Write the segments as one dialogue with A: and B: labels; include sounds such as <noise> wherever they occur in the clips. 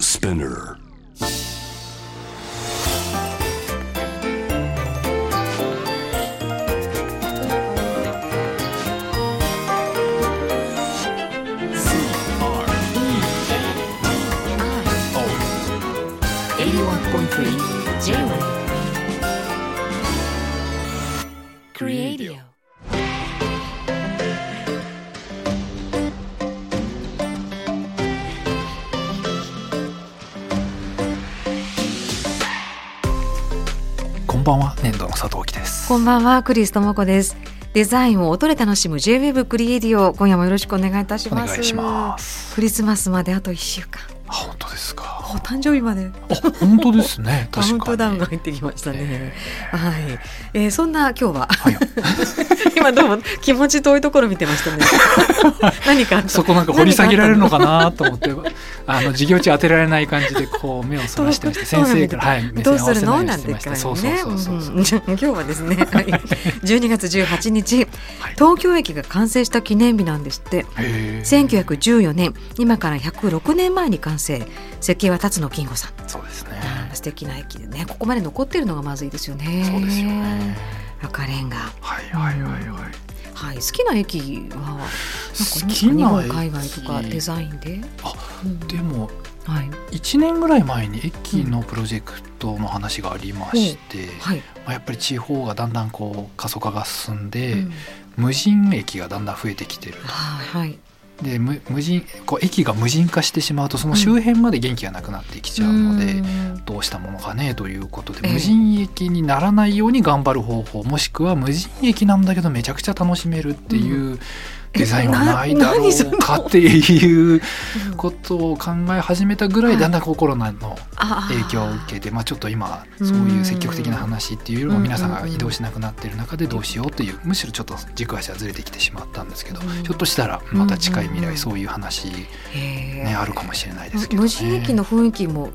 A: Spinner.
B: 81.3 J-Wave Creadio
C: こんばんは粘土の佐藤貴です
B: こんばんはクリス智子ですデザインを音で楽しむ J-Wave クリエイディオ今夜もよろしくお願いいたし
C: お
B: ます
C: 願いします
B: クリスマスまであと一週間
C: あ本当です
B: お
C: か
B: 誕生日まで
C: あ本当です
B: <laughs>
C: ね
B: カウン
C: 確か
B: ト
C: に
B: ダウンが入ってきましたね、
C: え
B: はい、えー、そんな今日は
C: ーはい
B: <laughs> 今どうも気持ち遠いところ見てま
C: <laughs>
B: したね何かあった
C: そこなんか掘り下げられるのかなと思ってあの授業中当てられない感じでこう目をそらしてまして先生からはい目線
B: どう
C: 合
B: す
C: わ
B: る
C: せないよう
B: の
C: に
B: なん
C: して
B: て
C: ました
B: 会
C: そう
B: 話
C: そう
B: ね。
C: そううそうん
B: うん <laughs> 今日はで
C: <laughs>
B: すね、はい12月18日、
C: はい
B: 東京駅が完成した記念日なんですって。
C: へー
B: 1914年、今から106年前に完成、設計は辰野金吾さん。
C: そうですね
B: あー素敵な駅でね、ここまで残ってるのがまずいですよね。
C: そうですよね
B: 赤レンガ、
C: はいはいはいはい
B: はい、好きな駅はなんかね
C: 好きな駅
B: 日本海外とかデザインで、
C: あ
B: うん
C: でも
B: はい
C: 1年ぐらい前に駅のプロジェクトの話がありまして、
B: はい、
C: まあ、やっぱり地方がだんだんこう過疎化が進んで、
B: うん
C: 無人駅がだんだん増えてきてる
B: はいはい
C: で無無人こう駅が無人化してしまうとその周辺まで元気がなくなってきちゃうので、
B: うん
C: どうしたものかねということで、
B: ええ
C: 無人駅にならないように頑張る方法もしくは無人駅なんだけどめちゃくちゃ楽しめるっていうデザインはないだろ
B: えな何それ
C: うかっていうことを考え始めたぐら
B: はい
C: いだんだんこうコロナの
B: 影
C: 影響を受けて、まあ、ちょっと今そういう積極的な話っていうより
B: う
C: も
B: ん
C: 皆さんが移動しなくなってる中でどうしようというむしろちょっと軸足はずれてきてしまったんですけど
B: うん
C: ひょっとしたらまた近い未
B: うんうんうん
C: 来そういう話、ね
B: へー
C: あるかもしれないですけど、ね、
B: 無人駅の雰囲気も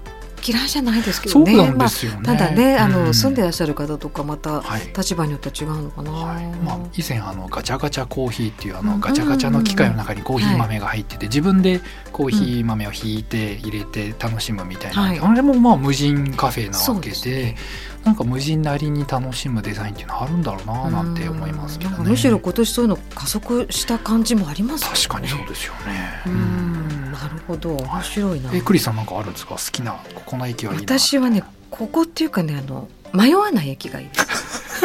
B: 嫌いじゃないですけ
C: そ
B: ど
C: う
B: ね
C: なんですよね。
B: まあ、ただねあ
C: う
B: の、
C: ん
B: 住んでらっしゃる方とかまた
C: はい
B: 立場によっては違うのかな、
C: はいまあ、以前あのガチャガチャコーヒーっていうあ
B: う
C: の
B: ん
C: ガチャガチャの機械の中にコーヒ
B: は
C: ー
B: い
C: 豆が入ってて自分でコーヒー豆をひいて入れて楽しむみたいな、
B: はい
C: あれもまあ無人カフェなわけ
B: そう
C: で
B: ね
C: なんか無人なりに楽しむデザインっていうのあるんだろうななんて思いますけど
B: うんな
C: ね。
B: んかむしろ今年そういうの加速した感じもありますよね
C: 確かにそうですよね。
B: う
C: うん
B: んなるほど面白いな
C: えクリスさんなんかあるんですか好きなここの駅はいいな
B: 私はねここっていうかねあの迷わない駅がいいです、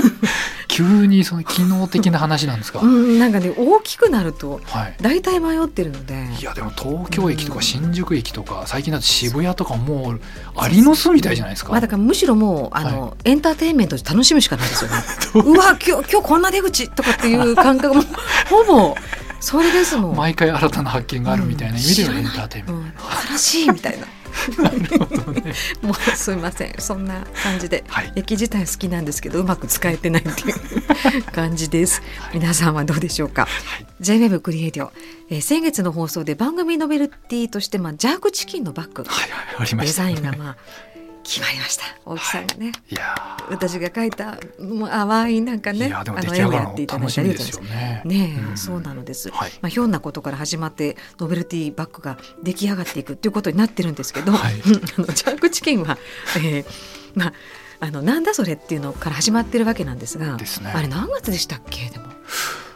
C: 急にその機能的な話なんですか、
B: うん、なんかね大きくなると
C: はい
B: 大体迷ってるので
C: いやでも東京駅と
B: う
C: か
B: ん
C: 新宿駅とか最近だと渋谷とかもうアリの巣みたいじゃないですか、
B: まあ、だからむしろもうあの、エンターテインメントで楽しむしかないですよね
C: <laughs> ど
B: うわ今日今日こんな出口とかっていう
C: <laughs>
B: 感覚もほぼそれですもん
C: 毎回新たな発見があるみたいな意味で
B: う
C: の
B: ん
C: エン
B: 知
C: ター
B: らない
C: テインメン
B: うん新しいみ
C: <laughs>
B: たいなもうすいませんそんな感じで
C: ト。はい
B: 駅自体好きなんですけどうまく使えてないっていう感じです皆さんはどうでしょうか、JWEB クリエイティオ、えー先月の放送で番組ノベルティとして、まあ、ジャークチキンのバッグ
C: はいはいありま
B: デ
C: した
B: ザ
C: ね、
B: インがまあ決まりました大きさがね、
C: いや
B: 私が描いたもう淡いなんか
C: ー、
B: ね
C: いやーでも
B: あ
C: 出
B: の
C: 来
B: 絵
C: 上
B: を
C: が
B: や
C: る
B: って
C: の
B: いただ
C: 楽
B: い
C: したみ
B: り
C: で
B: とか
C: すよね
B: ねえ、
C: ん
B: そうなのです、
C: はい
B: まあ、ひょんなことから始まってノベルティバッグが出来上がっていくっていうことになってるんですけど、
C: はい
B: <laughs> あのジャークチキンは、えーまあ、あのなんだそれっていうのから始まってるわけなんですが
C: ですね
B: あれ何月でしたっけでも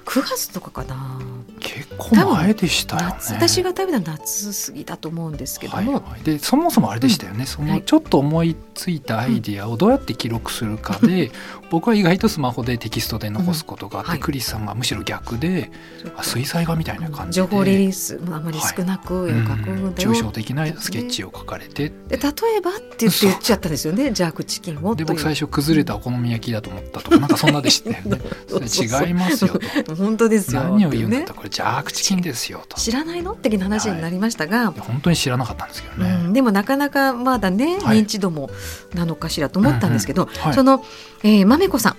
B: 9月とかかな、
C: 結構前でしたよね
B: 夏私が食べたの夏過ぎだと思うんですけども、
C: はいはい、でそもそもあれでしたよね、そ
B: は
C: の
B: い
C: ちょっと思いついたアイディアをどうやって記録するかで、僕は意外とスマホでテキストで残すことがあって、
B: うんはい
C: クリスさんがむしろ逆で、
B: ちょっと
C: あ水彩画みたいな感じで、
B: 情報リリースもあまり少なく絵を
C: うん
B: 描くんだよ、
C: 抽象的なスケッチを書かれて、
B: で例えばって言って言っちゃったんですよねジャークチキンを
C: で
B: という
C: 僕最初崩れたお好み焼きだと思った
B: <laughs>
C: とかなんかそんなでしたよね
B: そうそうそう
C: それ違いますよと
B: 本当ですよ
C: 何を言うんだ
B: ね
C: とこれジャークチキンですよと
B: 知らないのって話になりましたが、
C: で本当に知らなかったんですけど
B: う
C: ね、
B: ん、でもなかなかまだね、
C: はい
B: 認知度もなのかしらと思ったんですけど、
C: うんうんはい
B: その、えー、まめこさん、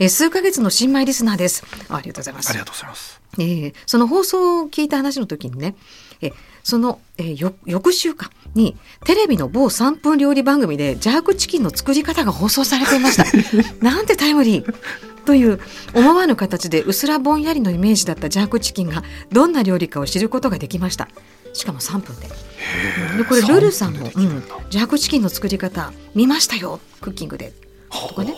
B: えー、数ヶ月の新米リスナーですありがとうございま
C: あ
B: す
C: りがとうございます
B: えーその放送を聞いた話の時にね、えーその、えーよ翌週かにテレビの某3分料理番組でジャークチキンの作り方が放送されていました
C: <laughs>
B: なんてタイムリーという思わぬ形でうすらぼんやりのイメージだったジャークチキンがどんな料理かを知ることができましたしかも3分ででこれルルさんも
C: 3分でできる
B: うん
C: んだ
B: ジャークチキンの作り方見ましたよクッキングでとかね
C: へ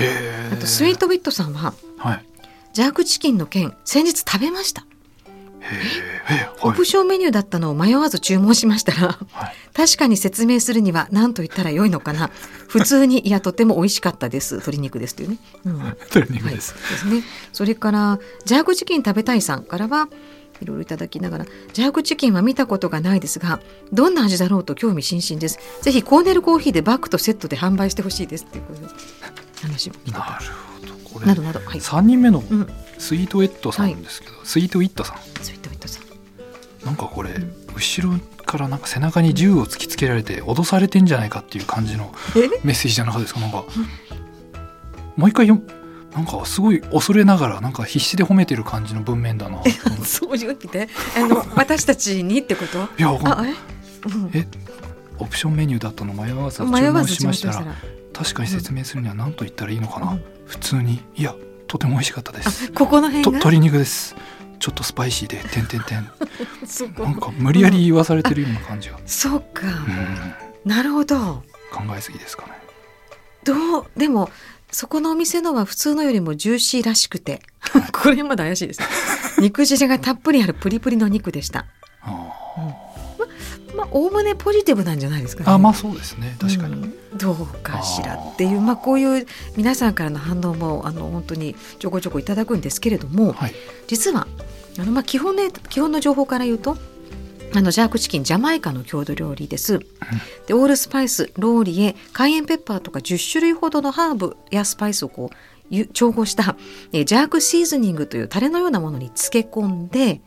C: え
B: あとスイートウィットさんは
C: はい
B: ジャークチキンの件先日食べました
C: へえへえ
B: オ
C: はい
B: プションメニューだったのを迷わず注文しました <laughs> ら
C: はい
B: 確かに説明するには何と言ったらよいのかな普通にいやとても美味しかったです鶏肉ですというね、うんはい、
C: 鶏肉
B: で
C: です
B: すねそれからジャーグチキン食べたいさんからはいろいろいただきながらジャーグチキンは見たことがないですがどんな味だろうと興味津々ですぜひコーネルコーヒーでバッグとセットで販売してほしいですっていうことで話を聞いた
C: なるほどこ
B: な
C: れ
B: どなどはい、
C: 三人目の
B: うん、
C: スイートウェットさんですけど、スイートウィットさん
B: スイートウィットさん
C: なんかこれ後ろからなんか背中に銃を突きつけられて脅されてんじゃないかっていう感じの
B: え <laughs>
C: メッセージじゃなかったですかなんかもう一回読むなんかすごい恐れながらなんか必死で褒めてる感じの文面だなと思って
B: あそういう意味であの私たちにってこと
C: いやわかんない
B: あえ、うん
C: えオプションメニューだったの迷わず注
B: 迷わ
C: 文
B: ず
C: し
B: 注
C: ま
B: 文
C: し
B: しま
C: た
B: した
C: ら
B: ら
C: 確かに説明するには何と言ったらいいのかな、
B: うん
C: 普通にいやとても美味しかったで
B: あ
C: す
B: ここ
C: と
B: の辺が
C: 鶏肉ですちょっとスパイシーでてんてんて
B: <laughs>
C: ん
B: そこ
C: なんか無理やり言わされてるような感じが、
B: そうか、
C: うん、
B: なるほど
C: 考えすぎですかね
B: どうでもそこのお店のは普通のよりもジューシーらし
C: <laughs>
B: くてこれまで怪しいです肉汁がたっぷりあるプリプリの肉でした
C: あ
B: まあおおむねポジティブなんじゃないですかね
C: ーあまあそうですね確かに、
B: うんどうかしらっていうまあこういう皆さんからの反応もあの本当にちょこちょこいただくんですけれども、
C: はい
B: 実はあのまあ基本ね基本の情報から言うとあのジャークチキンジャマイカの郷土料理です。でオールスパイスローリエカイエンペッパーとか10種類ほどのハーブやスパイスをこうゆ調合したえージャークシーズニングというタレのようなものに漬け込んで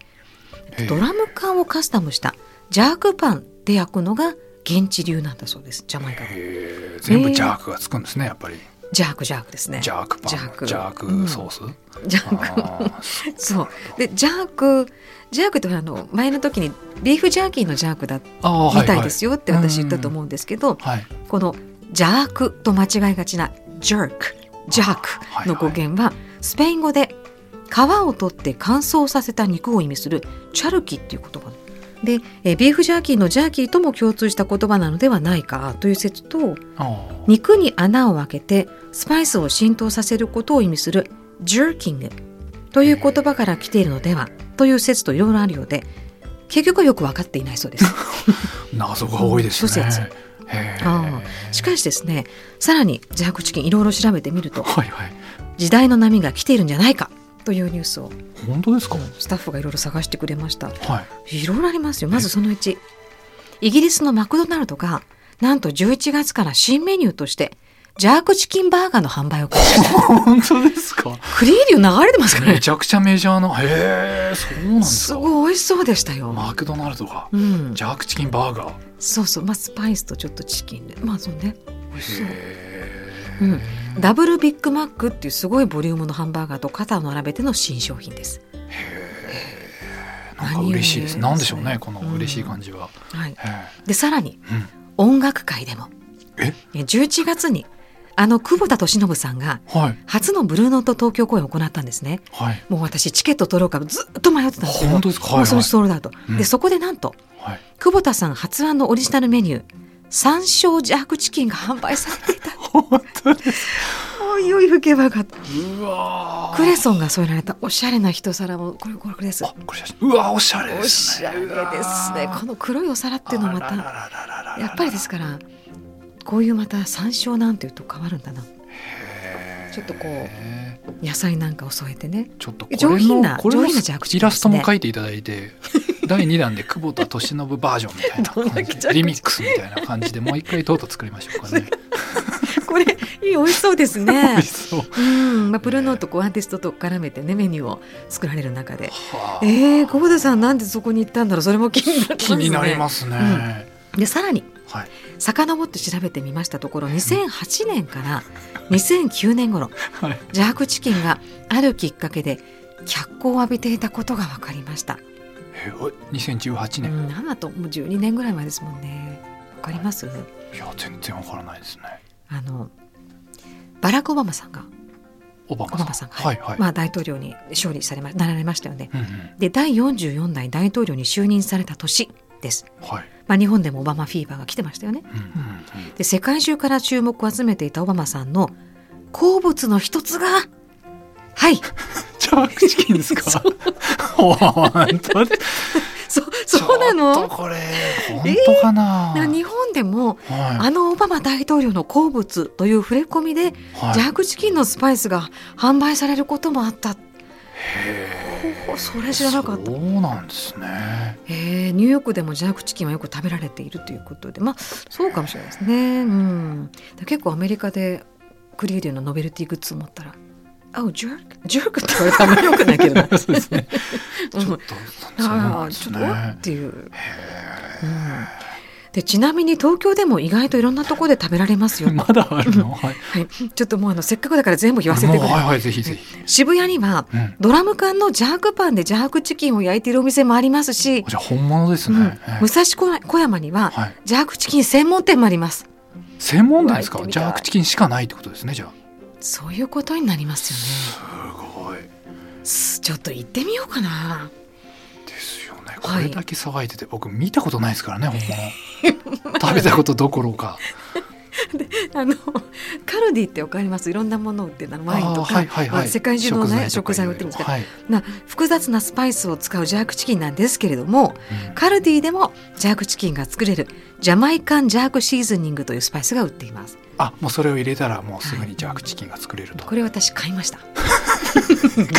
C: えー
B: ドラム缶をカスタムしたジャークパンで焼くのが現地流なんだそうですジャマイカの
C: えー全部ジャークがつくんですねやっぱり
B: ジャークジャークですね
C: ジャークパン
B: ジ
C: ジ
B: ャー
C: ャ
B: ク
C: ークソース、
B: ジャーク
C: あー
B: そうでジャークジャークってほらあの前の時にビーフジャーキーのジャークだっ
C: あー
B: <laughs> みたいです
C: よ
B: よって私言ったと思うんですけど、
C: はい
B: この「ジャーク」と間違いがちな「ジャーク」「ジャーク」の語源はスペイン語で皮を取って乾燥させた肉を意味する「チャルキ」っていう言葉でえービーフジャーキーのジャーキーとも共通した言葉なのではないかという説と
C: あー
B: 肉に穴を開けてスパイスを浸透させることを意味する「ジャーキング」という言葉から来ているのではという説といろいろあるようで結局はよく分かっていないそうです。
C: 謎が多いです
B: 諸
C: ね
B: 説。
C: へー
B: ああしかしですねさらにジャークチキンいろいろ調べてみると
C: はいはい。
B: 時代の波が来ているんじゃないかというニュースを
C: 本当ですか。
B: スタッフがいろいろ探してくれました
C: はい。
B: いろいろありますよまずその1イギリスのマクドナルドがなんと11月から新メニューとしてジャークチキンバーガーの販売を開始
C: 本当ですか。
B: クリーリュ流れてますから
C: め
B: ね
C: ちゃくちゃメジャーな。へえ、そうなんです
B: す
C: か。
B: ごい美味しそうでしたよ、
C: マクドナルドが
B: う。ん
C: ジ、ャークチキンバーガー。
B: そうそう、まあ、スパイスとちょっとチキンでまあそうね美味しそう
C: へ
B: う
C: え。
B: んダブルビッグマックっていうすごいボリュームのハンバーガーと肩を並べての新商品です。
C: なんか嬉しいです。
B: 何より
C: なんでしょうね、この
B: うん
C: 嬉しい感じは。
B: はい、
C: へ
B: でさらに
C: えうん
B: 音楽界でも
C: え
B: 11月にあの久保田利伸さんが
C: はい。
B: 初のブルーノート東京公演を行ったんですね。
C: はい。
B: もう私チケット取ろうかずっと迷ってたんですけど
C: 本当ですかはい
B: もうそれソールドアウト、
C: うん
B: でそこでなんと
C: はい。
B: 久保田さん発案のオリジナルメニュー山椒ジャークチキンが販売されていた
C: <laughs> 本当です
B: <laughs> おいおい吹けばよかった
C: うわー。
B: クレソンが添えられたおしゃれな一皿もこれこれこれです
C: あ、これ写真。うわー、おしゃれですね。
B: おしゃれですねこの黒いお皿っていうのはま
C: あらら
B: た
C: らららら
B: やっぱりですからこういうまた山椒なんていうと変わるんだな
C: へー
B: ちょっとこう野菜なんかを添えてね <laughs>
C: ちょっとこれ
B: 上品な
C: のこれ
B: 上
C: の
B: 品なジャークチキンですね
C: イラストも書いていただいて <laughs> 第2弾で久保田利伸バージョンみたいな
B: どんだ
C: 感
B: <laughs> けジャークチ
C: じ
B: キン
C: でリミックスみたいな感じでもう一回とうとう作りましょうか
B: <laughs>
C: ね。
B: これいい美味しそうで
C: <laughs>
B: す
C: 美
B: ね
C: 味しそう
B: うん、まあ、プルノートこうアーティストと絡めてねメニューを作られる中で
C: はあ
B: えー、久保田さんなんでそこに行ったんだろうそれも気になりますね
C: 気になりますね。
B: でさらに
C: はい、
B: 遡って調べてみましたところ2008年から2009年頃
C: はい、
B: ジャークチキンがあるきっかけで脚光を浴びていたことが分かりました。
C: えおい2018
B: う
C: 年、
B: ん、7ともう12年ぐらい前ですもんね。わかります？
C: いや全然わからないですね。
B: あのバラク・オバマさんが
C: オバマ
B: オバ
C: さん。
B: マさんが、
C: はいはい。
B: まあ大統領に勝利されまなられましたよね。
C: うんうん、
B: で第44代大統領に就任された年です。
C: はい。
B: まあ、日本でもオバマフィーバーが来てましたよね。
C: うんうん
B: <laughs>
C: うん
B: で世界中から注目を集めていたオバマさんの好物の一つが
C: <laughs>
B: はい
C: ジャークチキンですか。
B: そ
C: <laughs> 本当で
B: そそうな
C: ちょっと
B: の
C: これ本当かな。
B: な日本でも
C: はい
B: あのオバマ大統領の好物という触れ込みで
C: はい
B: ジャークチキンのスパイスが販売されることもあった。ほうそれ知らなかった
C: そ、うなんですね。 <laughs>
B: えーニューヨークでもジャークチキンはよく食べられているということでまあそうかもしれないですね、うん、で結構アメリカでクリエイティブのノベルティグッズを持ったら「Oh, jerk? Jerk」って言われたらあんまりよくないけどな
C: そうですね。 <laughs> ちょっとそう
B: あ
C: な
B: あ
C: んです
B: ちょっとっ
C: ね。
B: ていう。うんでちなみに東京でも意外といろんなところで食べられますよ。
C: まだあるの。はい。
B: はい、ちょっともうあのせっかくだから全部言わせ
C: も
B: て
C: う
B: くだ
C: は
B: さ
C: いはいぜひぜひ。
B: い。渋谷には
C: うん。
B: ドラム缶のジャークパンでジャークチキンを焼いているお店もありますし、
C: じゃあ本物です
B: う
C: ね。
B: ん
C: ええ
B: 武蔵小小山には
C: はい。
B: ジャークチキン専門店もあります。
C: 専門店です
B: う
C: か。
B: わ行ってみ
C: ジ
B: た
C: ャ
B: い
C: ークチキンしかないってことですね。じゃあ。
B: そういうことになります
C: すごい
B: よね。すちょっと行ってみようかな。 <laughs>
C: ですよね。こ
B: はい
C: れだけ騒いでて僕見たことないですからね。本 <laughs> 物。食べたことどころか。 <laughs>
B: あのカルディってわかります。いろんなものを売ってるあのワインと
C: あー
B: か、
C: はいはい
B: ま
C: は
B: あ
C: い。
B: 世界中の、ね、
C: と
B: 食
C: か
B: 材を売ってるんですけど、
C: はい。
B: な複雑なスパイスを使うジャークチキンなんですけれども
C: うん
B: カルディでもジャークチキンが作れるジャマイカンジャークシーズニングというスパイスが売っています
C: あもうそれを入れたらもうすぐにジャークチキンが作れると、
B: これ私買いました
C: <laughs>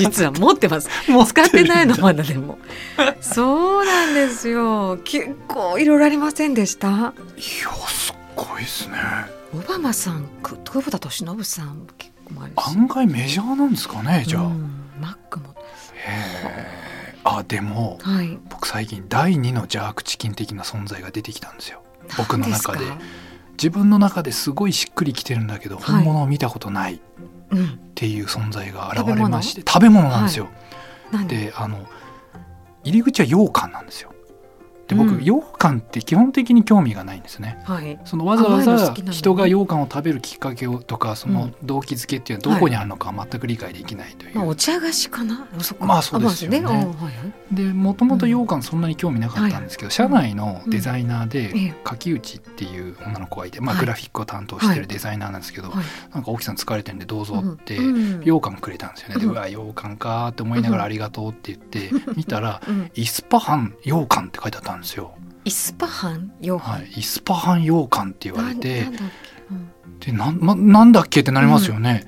B: 実は持ってます
C: もう
B: 使ってないのまだでもそうなんですよ結構いろいろありませんでした
C: いやすっごいですね
B: オバマさんく久保田利伸さんも結構もあるし
C: 案外メジャーなんですかねじゃあ、
B: うんマックも
C: へえあでも
B: はい
C: 僕最近第二のジャークチキン的な存在が出てきたんですよ僕の中で
B: 何すか
C: 自分の中ですごいしっくりきてるんだけど
B: い
C: 本物を見たことないっ
B: うん
C: ていう存在が現れまして食べ物なんですよ、
B: なんで
C: であの入り口は羊羹なんですよで僕、
B: うん
C: 羊羹って基本的に興味がないんですね
B: はい
C: そのわざわ
B: 甘いの好
C: ざ
B: きなのね
C: 人が羊羹を食べるきっかけをとかそうの
B: ん
C: 動機づけっていうのはどこにあるのか全く理解できないという、
B: まあ、お茶菓子かな。あそっか
C: まあそうですよね
B: あまあそうね
C: でもともと羊羹そんなに興味なかったんですけど、社内のデザイナーで
B: うんええ
C: 柿内っていう女の子がいて、まあ、
B: はい
C: グラフィックを担当してるデザイナーなんですけど、
B: あはいはい
C: なんか大木さん疲れてるんでどうぞって。
B: うんうん
C: 羊羹くれたんですよねで
B: うん
C: うわ羊羹かーって思いながら
B: う
C: ありがとうって言って見たら
B: うん
C: 「イスパハン羊羹」って書いてあったんですよ。
B: イスパハンよ。
C: はい、イスパハン羊羹って言われて
B: なん
C: で
B: なんだっけ。うん
C: なん,、ま、なんだっけってなりますよね、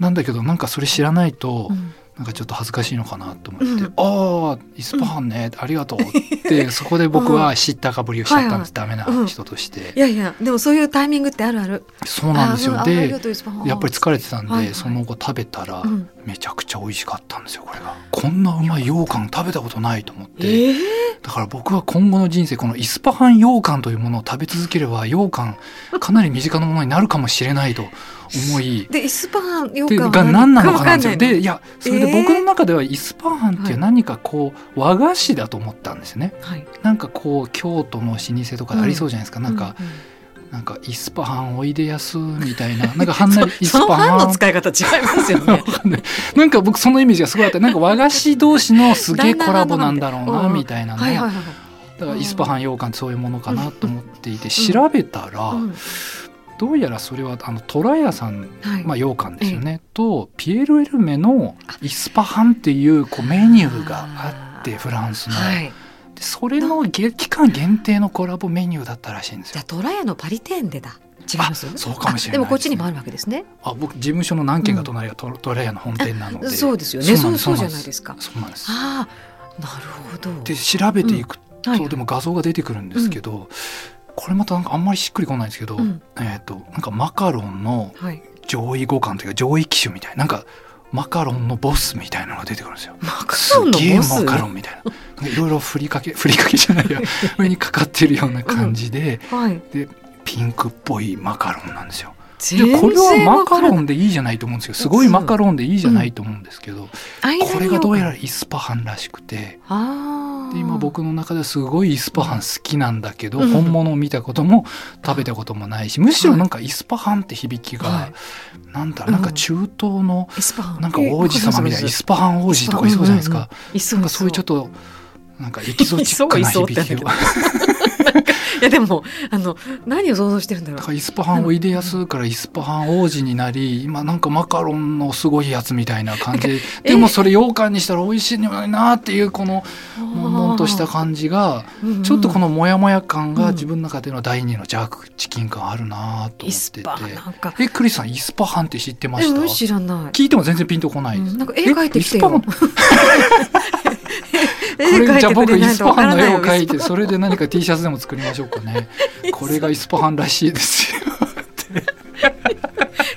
C: なんだけどなんかそれ知らないと、
B: うん
C: なんかちょっと恥ずかしいのかなと思って「
B: うん
C: ああイスパハンね、ありがとう」っ
B: <laughs>
C: てそこで僕は知ったかぶりをしちゃったんです、ダメな人として、
B: いやいや、でもそういうタイミングってあるある。
C: そうなんですよ
B: あうんあありが
C: で
B: とうイスパハン
C: やっぱり疲れてたんで、
B: はいはい
C: その後食べたら、
B: うん
C: めちゃくちゃ美味しかったんですよこれがこんなうまい羊羹食べたことないと思って、
B: ええ
C: だから僕は今後の人生このイスパハン羊羹というものを食べ続ければ羊羹かなり身近なものになるかもしれないと思い
B: で、イスパハンよ
C: って
B: か
C: が何なのかなんですよ。
B: わんい
C: で
B: の
C: いやそれで
B: えー
C: 僕の中ではイスパーハンってい
B: は
C: う
B: い
C: 何かこう和菓子だと思ったんですね。
B: はい。
C: なんかこう京都の老舗とかでありそうじゃないですか。なんか
B: うう、
C: なんかイスパーハンおいでやすみたいな <laughs> なんかはんなりイス
B: そ
C: パー
B: のハン
C: ハ
B: の
C: ン。
B: 使い方違います
C: <laughs>
B: よね。
C: わかんないなんか僕そのイメージがすごいあってなんか和菓子同士のす
B: <laughs>
C: げえコラボなんだろうなみたいな
B: はいはい
C: ね
B: はい。
C: だからイスパーハン羊羹ってそういうものかなと思っていて調べたら
B: うん
C: どうやらそれはあの虎屋さん
B: はい。
C: まあ、羊羹ですよね、とピエール・エルメのイスパハンっていうこうメニューがあってフランスの、
B: はい。
C: でそれのげ期間限定のコラボメニューだったらしいんです
B: じゃ
C: よ
B: あ、トラヤのパリテーンでだ。違います
C: あそうかもしれないですね
B: あでも、こっちにもあるわけですね。
C: あ僕事務所の何軒か隣がト,、トレアの本店なので
B: そうですよね。
C: な
B: そ
C: ん
B: う、そうじゃ
C: ん
B: ないですか。
C: そうなんです
B: ああ、なるほど。
C: で調べていくと、
B: はい
C: でも画像が出てくるんですけど、これまたなんかあんまりしっくりこないんですけど、
B: うん
C: えっ、となんかマカロンの
B: はい。
C: 上位互換というか上位機種みたいななんかマカロンのボスみたいなのが出てくるんですよ
B: マカ
C: す
B: ロンの
C: げえ
B: ボ
C: マ
B: ス。
C: カロンみたいな。いろいろふりかけ、ふ <laughs> りかけじゃないや、上にかかってるような感じで、
B: はい。
C: ピンクっぽいマカロンなんですよ。
B: 全
C: で、これはマカロ
B: ン。
C: ンでいいじゃないと思うんですけど、すごいマカロンでいいじゃないと思うんですけど、これがどうやら
B: あ
C: イスパハンらしくて、
B: あー。
C: で今僕の中ではすごいイスパハン好きなんだけど、
B: うん
C: 本物を見たことも食べたこともないし、むしろなんかイスパハンって響きが、
B: はい
C: なんだろう、なんか中東の、
B: エスパー
C: なんか王子様みたいな、イスパハン王子とかいそうじゃないですか。
B: いそ
C: なん
B: う
C: かそういうちょっ
B: と
C: となんかエキゾチック
B: <laughs>
C: な響き
B: いそういそうって
C: を
B: なやでもあの何を想像してるんだろ
C: だ
B: う
C: からイスパハンおいでやすからイスパハン王子になり今なんかマカロンのすごいやつみたいな感じで
B: え
C: でもそれ羊羹にしたら美味しいのになっていうこの悶々とした感じがちょっとこ
B: の
C: のモヤモヤ感
B: う
C: が
B: ん
C: 自分の中での第二のジャークチキン感あるなと
B: イ
C: 思
B: スパ
C: ってて
B: なんか
C: えクリスさんイスパハンって知ってま
B: え
C: した
B: うん知らない
C: 聞いても全然ピンとこない、
B: うんなんか絵描いてきてよ
C: えイスパハン
B: <laughs> 絵
C: こ
B: 描
C: れ
B: い
C: じゃあ
B: てく
C: 僕
B: れ
C: イ
B: ない
C: ス
B: と
C: パ
B: わか
C: ハ
B: ら
C: ンの
B: ない
C: 絵
B: よ
C: を描いてそれで何か T シャツでも作りましょうか
B: <laughs>
C: ねこれがイスパハンらしいですよ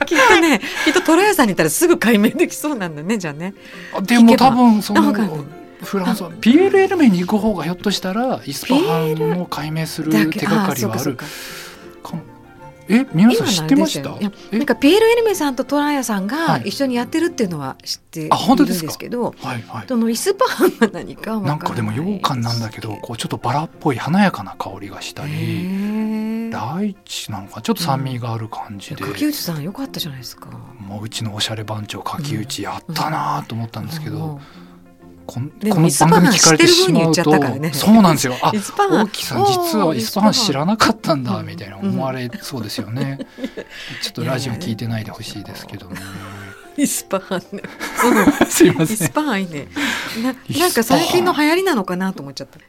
B: きっとねきっとトラヤさんにいたらすぐ解明できそうなんだねじゃ
C: <laughs>
B: あね
C: あでも
B: 聞けば
C: 多分そ
B: あ
C: の
B: わかんない
C: フランスは PLL 面に行く方がひょっとしたらイスパハンを解明する
B: だ
C: 手がかりはあ
B: そう
C: る
B: か
C: かもえ皆
B: そう
C: さ
B: か
C: ん知ってまし
B: 今
C: た
B: のあれですよねいや
C: え
B: なんかピエール・エルメさんとトラヤさんが
C: はい
B: 一緒にやってるっていうのは知っている
C: あ本当
B: ん
C: で
B: です
C: か
B: すけど
C: はいはい
B: そのイスパハンが何かわから
C: ないんかでも羊羹なんだけどこうちょっとバラっぽい華やかな香りがした
B: へ
C: り
B: ー
C: ライチなのかちょっと酸味がある感じで、
B: 柿内さん良かったじゃないですか。
C: もううちのおしゃれ番長柿内やったなぁと思ったんですけど、
B: も
C: こん
B: でも
C: この
B: イスパ
C: 番
B: ハン
C: 組聞かれてしまう
B: 知って
C: と
B: る風に言っちゃったからね
C: そうなんですよあ
B: うイスパハ
C: 大
B: ン
C: 木さん実はイスパハン知らなかったんだ
B: うん
C: みたいな思われそうですよね、ちょっとラジオ聞いてないでほしいですけどね
B: イスパハン <laughs> ね。
C: すいま
B: イ
C: せ
B: ス
C: ん
B: パハンいいね。な
C: イスパハン
B: なんか最近の流行りなのかなと思っちゃった。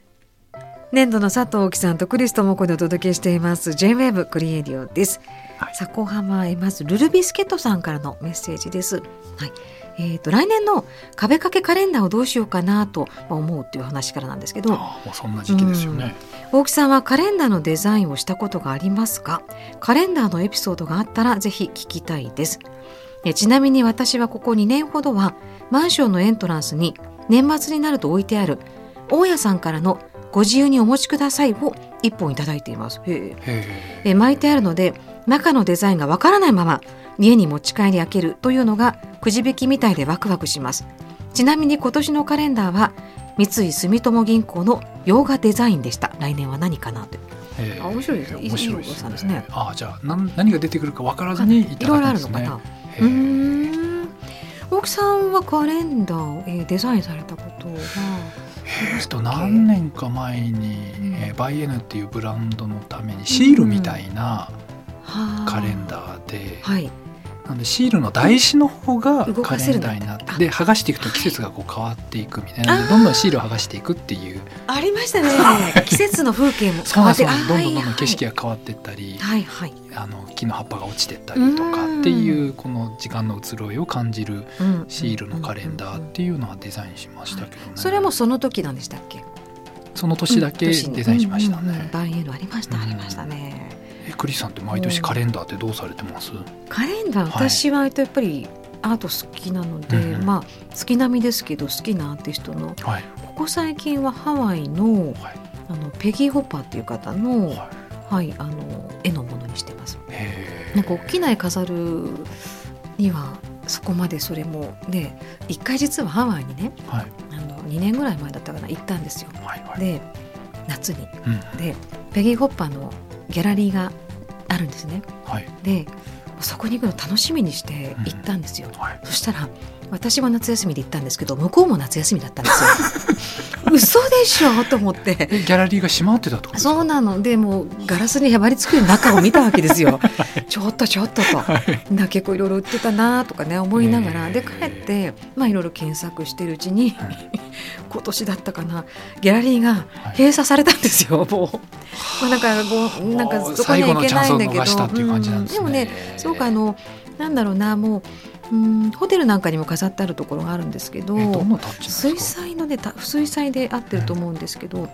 B: 年度の佐藤貴さんとクリストモコでお届けしています J-WAVE クリエディオです、
C: はい
B: さあ後半はえまずルルビスケットさんからのメッセージですはい。えー、と来年の壁掛けカレンダーをどうしようかなとまあ思うっていう話からなんですけど
C: あもうそんな時期ですよね、
B: 大木さんはカレンダーのデザインをしたことがありますかカレンダーのエピソードがあったらぜひ聞きたいですえちなみに私はここ2年ほどはマンションのエントランスに年末になると置いてある大家さんからのご自由にお持ちくださいを1本いただいていますへ
C: へ
B: ええ巻いてあるので中のデザインがわからないまま家に持ち帰り開けるというのがくじ引きみたいでワクワクしますちなみに今年のカレンダーは三井住友銀行の洋画デザインでした来年は何かなと
C: えへえ
B: あ面白いですね
C: 面白い
B: いいお子さん
C: で
B: ですす
C: ね
B: ね
C: あじゃあなん何が出てくるか分からずにい
B: い
C: た
B: ろいろ
C: だ
B: あ
C: くんで
B: るの
C: す
B: か
C: ね
B: な
C: へ
B: う
C: え
B: ーん大木さんはカレンダーを、えーデザインされたことは
C: えっと何年か前に、
B: うん
C: えーバイエヌっていうブランドのためにシールみたいな
B: は
C: カレン
B: ー
C: ダーで、
B: はい
C: なんでシールの台紙の方が
B: 動
C: カ
B: か
C: レ
B: せ
C: ン
B: る
C: ダ
B: な
C: ー
B: んだ
C: になって
B: あ
C: で剥がしていくと季節がこう変わっていくみたいな
B: あー
C: でどんどんシールを剥がしていくっていう
B: ありましたね <laughs> 季節の風景も
C: そうなんですよ
B: あ
C: どんどんどん
B: は
C: どん
B: い
C: 景色が変わっていったり、
B: はいはい、
C: あの木の葉っぱが落ちてったりとかっていうこの時間の移ろいを感じる
B: うん
C: シールのカレンダーっていうのはデザインしましたけどね、
B: それもその時なんでしたっけ
C: その年だけデザインしましたね、
B: うんうんうん大英のありましたありましたね、
C: えクリスさんって毎年カレンダーってどうされてます、
B: カレンダー
C: はい
B: 私はやっぱりアート好きなので、
C: うんうん
B: まあ月並みですけど好きなアーティストの
C: はい
B: ここ最近はハワイ
C: は
B: の,、
C: い
B: あのペギー・ホッパーっていう方
C: は
B: の,、
C: い
B: はい、あの絵のものにしてます。
C: へー
B: なんか大きな絵飾るにはそこまでそれもね一回実はハワイにね
C: はい
B: あの2年ぐらい前だったかな行ったんですよ。
C: はいはい
B: で夏に。
C: うん
B: でペギー・ホッパーのギャラリーがあるんですね。
C: はい
B: でそこに行くの楽しみにして行ったんですよ。
C: はい
B: そしたら私は夏休みで行ったんですけど向こうも夏休みだったん <laughs> ですよ。嘘でしょと思って
C: えギャラリーが閉まってたってことですか
B: そうなのでもうガラスにへばりつくように中を見たわけですよ。ちょっとちょっとと、な結構いろいろ売ってたなとかね思いながら、
C: へー
B: で帰ってまあいろいろ検索してるうちに、
C: は
B: 今年だったかなギャラリーが
C: はい
B: 閉鎖されたんですよもう。まあなんかごなんか
C: もう
B: そこには行けないんだ
C: 最
B: け
C: 後のチャンスを逃したっていう
B: ど、
C: 感じなんですね
B: うんでもねすごくあのなんだろうなもう、うん、ホテルなんかにも飾ってあるところがあるんですけど。
C: えどんなタッチなん
B: 水
C: ですか
B: 彩のねた水彩で合ってると思うんですけど、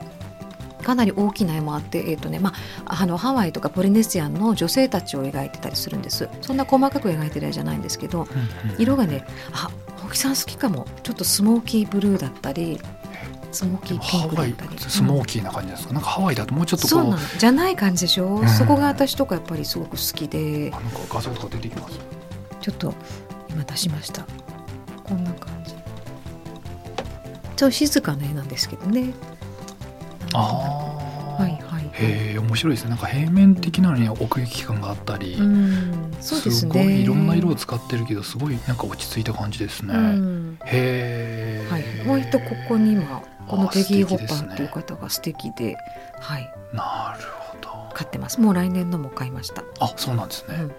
B: かなり大きな絵もあって、えーとねまあ、あのハワイとかポリネシアンの女性たちを描いてたりするんですそんな細かく描いてる絵じゃないんですけど
C: うんうん
B: 色がねあ青木さん好きかもちょっとスモーキーブルーだったりスモーキ
C: でも
B: ーピ
C: ハ
B: ンクだ
C: ワ
B: っ
C: イ
B: たり。
C: スモーキーな感じなんですかなんかハワイだともうちょっと
B: そう
C: こう
B: なのじゃない感じでしょ、
C: うん
B: そこが私とかやっぱりすごく好きで
C: あなんか画像とか出てきます
B: ちょっと今出しましたこんな感じちょっと静かな絵なんですけどね
C: あー
B: はいはい
C: へえ面白いですねなんか平面的なのに奥行き感があったり、
B: うん、そうですね。
C: ごいいろんな色を使ってるけどすごいなんか落ち着いた感じですね、
B: うん
C: へえ、
B: はい、割とここに今このペギー・ホッパ
C: 素敵
B: ンっていう
C: ですね
B: 方が素敵ではい
C: なるほど
B: 買ってますもう来年のも買いました
C: あそうなんですね、
B: うん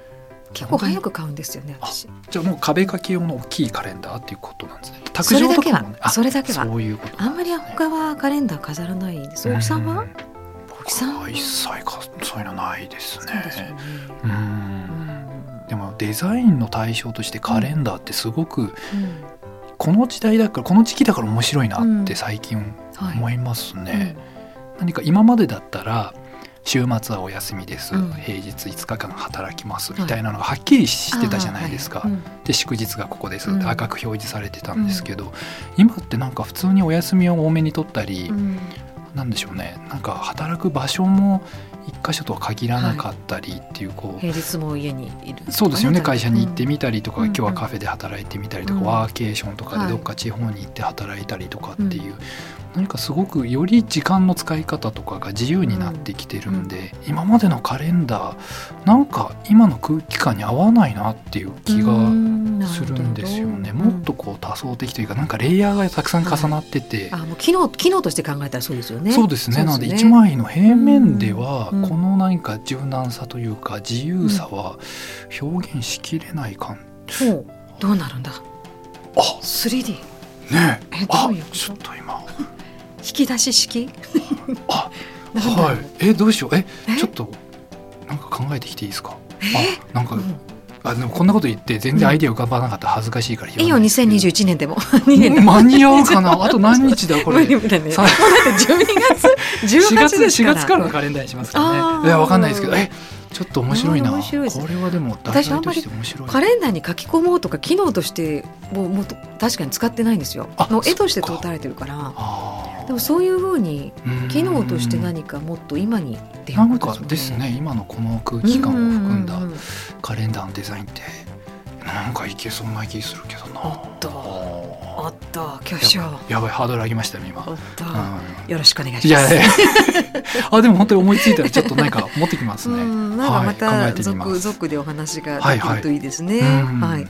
B: 結構早く買うんですよね私
C: じゃあもう壁掛け用の大きいカレンダーっていうことなんですね卓
B: それ
C: 上
B: だ
C: と
B: け
C: かも
B: は
C: ねあ
B: それだけは
C: そういうこと
B: あんまり他はカレンダー飾らないです大木さんは大木さんは
C: は一切かそういうのないですね
B: そうですよね
C: うん
B: うん
C: でもデザインの対象としてカレンダーってすごく
B: うん
C: この時代だからこの時期だから面白いなっ
B: うん
C: て最近
B: はい
C: 思いますね、何か今までだったら週末はお休みです、
B: うん
C: 平日5日間働きます
B: はい
C: みたいなのがはっきりしてたじゃないですか、
B: あはいうん
C: で祝日がここですって
B: うん
C: 赤く表示されてたんですけど、今ってなんか普通にお休みを多めに取ったり、
B: うん
C: なんでしょうねなんか働く場所も一箇所とは限らなかったりっていうこう、
B: 平日も家にいる
C: そうですよね
B: あなた
C: 会社に行ってみたりとか、
B: うん
C: 今日はカフェで働いてみたりとか、
B: うん
C: ワーケーションとか
B: は
C: でど
B: い
C: っか地方に行って働いたりとかっていう、何かすごくより時間の使い方とかが自由になってきてるんで、今までのカレンダーなんか今の空気感に合わないなっていう気が
B: が
C: するんですよね、もっとこう多層的というかなんかレイヤーがたくさん重なってて。
B: あもう機能機能として考えたらそうですよね。
C: そうですねなので1枚の平面ではこ
B: うん
C: の何か柔軟さというか自由さは表現しきれない感
B: もうどうなるんだ。
C: あ
B: 3D
C: ね
B: え
C: あ
B: どういうこと
C: ちょっと今
B: 引き出し式。
C: あ
B: なんだろ
C: は
B: う
C: いえどうしようえ
B: え
C: ちょっとなんか考えてきていいですか
B: え
C: あなんか、
B: うん
C: あでもこんなこと言って全然アイディア浮かばなかった恥ずかしいから
B: いいよ
C: 2021
B: 2021年でも <laughs> 2年でも
C: 間に合うかなあと何日だこ
B: 無
C: れ
B: 理だね。
C: さ
B: もうだって12月
C: 4
B: 18
C: 月
B: です
C: 4
B: から。
C: 月からのカレンダーにしますから
B: あ
C: ね
B: ー
C: いやわかんないですけどえちょっと面白いな
B: 面白いです
C: これはでも題材として面白い
B: カレンダーに書き込もうとか機能としてもうもうと確かに使ってないんですよ
C: あ。
B: の絵として
C: そっか
B: 通たれてるから。
C: あー
B: でもそういうふうに
C: うん
B: 機能として何かもっと今にっていう
C: な
B: こ
C: ん
B: と
C: かですね今のこの空
B: もんね。
C: 気感を含んだ
B: ううう
C: カレンダーのデザインってなんかいけそうな気するけどな
B: おっとおっと巨匠
C: やばいやばいハードル上げましたね今、う
B: おっと、
C: ん、
B: よろしくお願いし
C: い
B: ま
C: や
B: す。
C: いや <laughs> あでも本当に思いついたらちょっとなんか持ってきます
B: う
C: ね、
B: ん、なんかま
C: はい、
B: た
C: 考えてみま
B: 続
C: す
B: 々でお話が
C: はい
B: でき
C: はい
B: るといいですね。
C: うん
B: はい。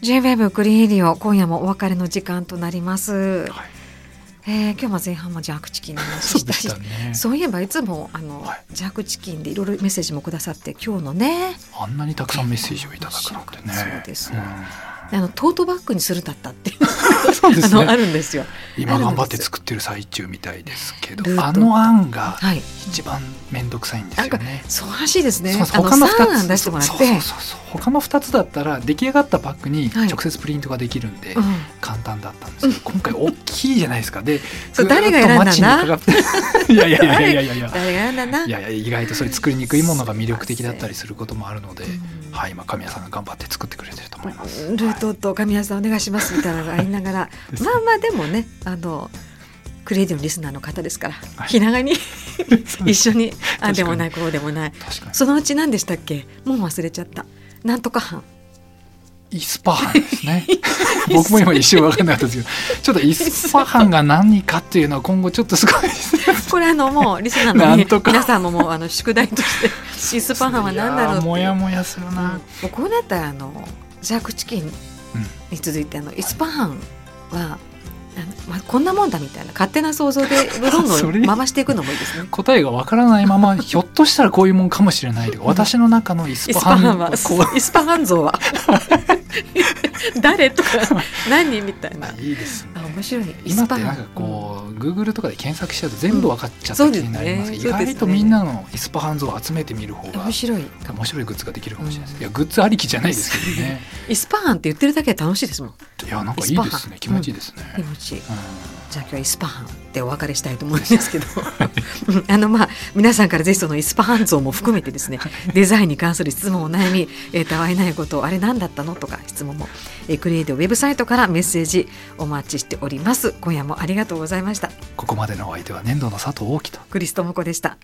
B: J-Web クリエリオ今夜もお別れの時間となります。
C: はい
B: えー、今日も前半もジャークチキンの話
C: そう
B: し
C: で
B: た
C: し。
B: した
C: ね
B: そういえばいつもあの、
C: はい
B: ジャークチキンでいろいろメッセージもくださって今日のね
C: あんなにたくさんメッセージをいただくなんてね
B: そうです
C: ん
B: あのトートバッグにするだったっていう
C: そうです
B: あのあ
C: ね
B: るんですよ。
C: 今頑張って作ってる最中みたいですけ
B: ル
C: ど
B: ート
C: あの案が
B: はい。
C: 一番面倒くさいんですよね
B: そうらしいですね。
C: そうです
B: あの
C: 他の
B: 3
C: 二
B: 案
C: つ
B: 出してもらって。
C: そうそうそうそう他の二つだったら出来上がったバッグに
B: はい
C: 直接プリントができるんで、
B: うん
C: 簡単だったんですけど、今回大きいじゃないですかで
B: <laughs> そう誰が選んだんだ
C: ずーっと街に伺って <laughs> いやいやいやいやいやいや
B: <laughs> 誰がやんだな。
C: いやいや意外とそれ作りにくいものが魅力的だったりすることもあるので、
B: うん
C: はい今神谷さんが頑張って作ってくれてると思います。
B: ルートと神谷さんお願いしますみたいなのがありながら
C: です
B: まあまあでもねあのクレイディのリスナーの方ですから
C: い
B: 気長に <laughs> 一緒に
C: か
B: あ
C: に
B: でもないこうでもない
C: 確か
B: そのうち何でしたっけもう忘れちゃったなんとか班
C: にイスパハンです
B: <laughs>
C: ね僕も今一瞬分かんなかったですけどちょっとイスパハンが何かっていうのは今後ちょっとすごいですね
B: これあのもうリスナーの
C: な
B: み
C: んとか
B: 皆さんももうあの宿題と
C: <laughs>
B: してシスパン班は何だろ
C: い
B: うっ
C: やー
B: ていう
C: もやもやする
B: うん
C: な、
B: もうこうなったらあのジャークチキンに続いてあのイスパンハンはあのまあこんなもんだみたいな勝手な想像でど
C: <laughs>
B: ん
C: それ
B: どん回していくのもいいですね。
C: 答えがわからないままひょっとしたらこういうもんかもしれないとか私の中のイス
B: イ
C: パ
B: スパ
C: ハ
B: ハン
C: ン
B: は
C: をこ
B: イスパハン像は誰と
C: <laughs>
B: か何人みたいうな
C: いいですね
B: あ面白いイ
C: 今
B: ス
C: って
B: パ
C: な
B: ハ
C: んか
B: ン
C: こう Google とかで検索しちゃうと全部わかっちゃった気になりますけど
B: うんそうですね
C: 意外とみんなのイスパハン像を集めてみる方
B: うん
C: が
B: 面白いかも
C: 面白いグッズができるかもしれないです
B: うん
C: いやグッズありきじゃないですけどね
B: イスパハンって言ってるだけで楽しいですもん
C: いやなんかい
B: イス
C: い
B: パ
C: で
B: ハ
C: すね気持ちいいですね
B: 気持ちいい
C: うん
B: じゃあ今日はイスパハンでお別れしたいと思うんですけど <laughs> うんあのまあ皆さんからぜひそのイスパハン像も含めてですねデザインに関する質問お悩み、えー、たわいないことあれ何だったのとか質問も、えークリエイティブウェブサイトからメッセージお待ちしております今夜もありがとうございました
C: ここまでのお相手は年度の佐藤大樹と
B: クリストモコでした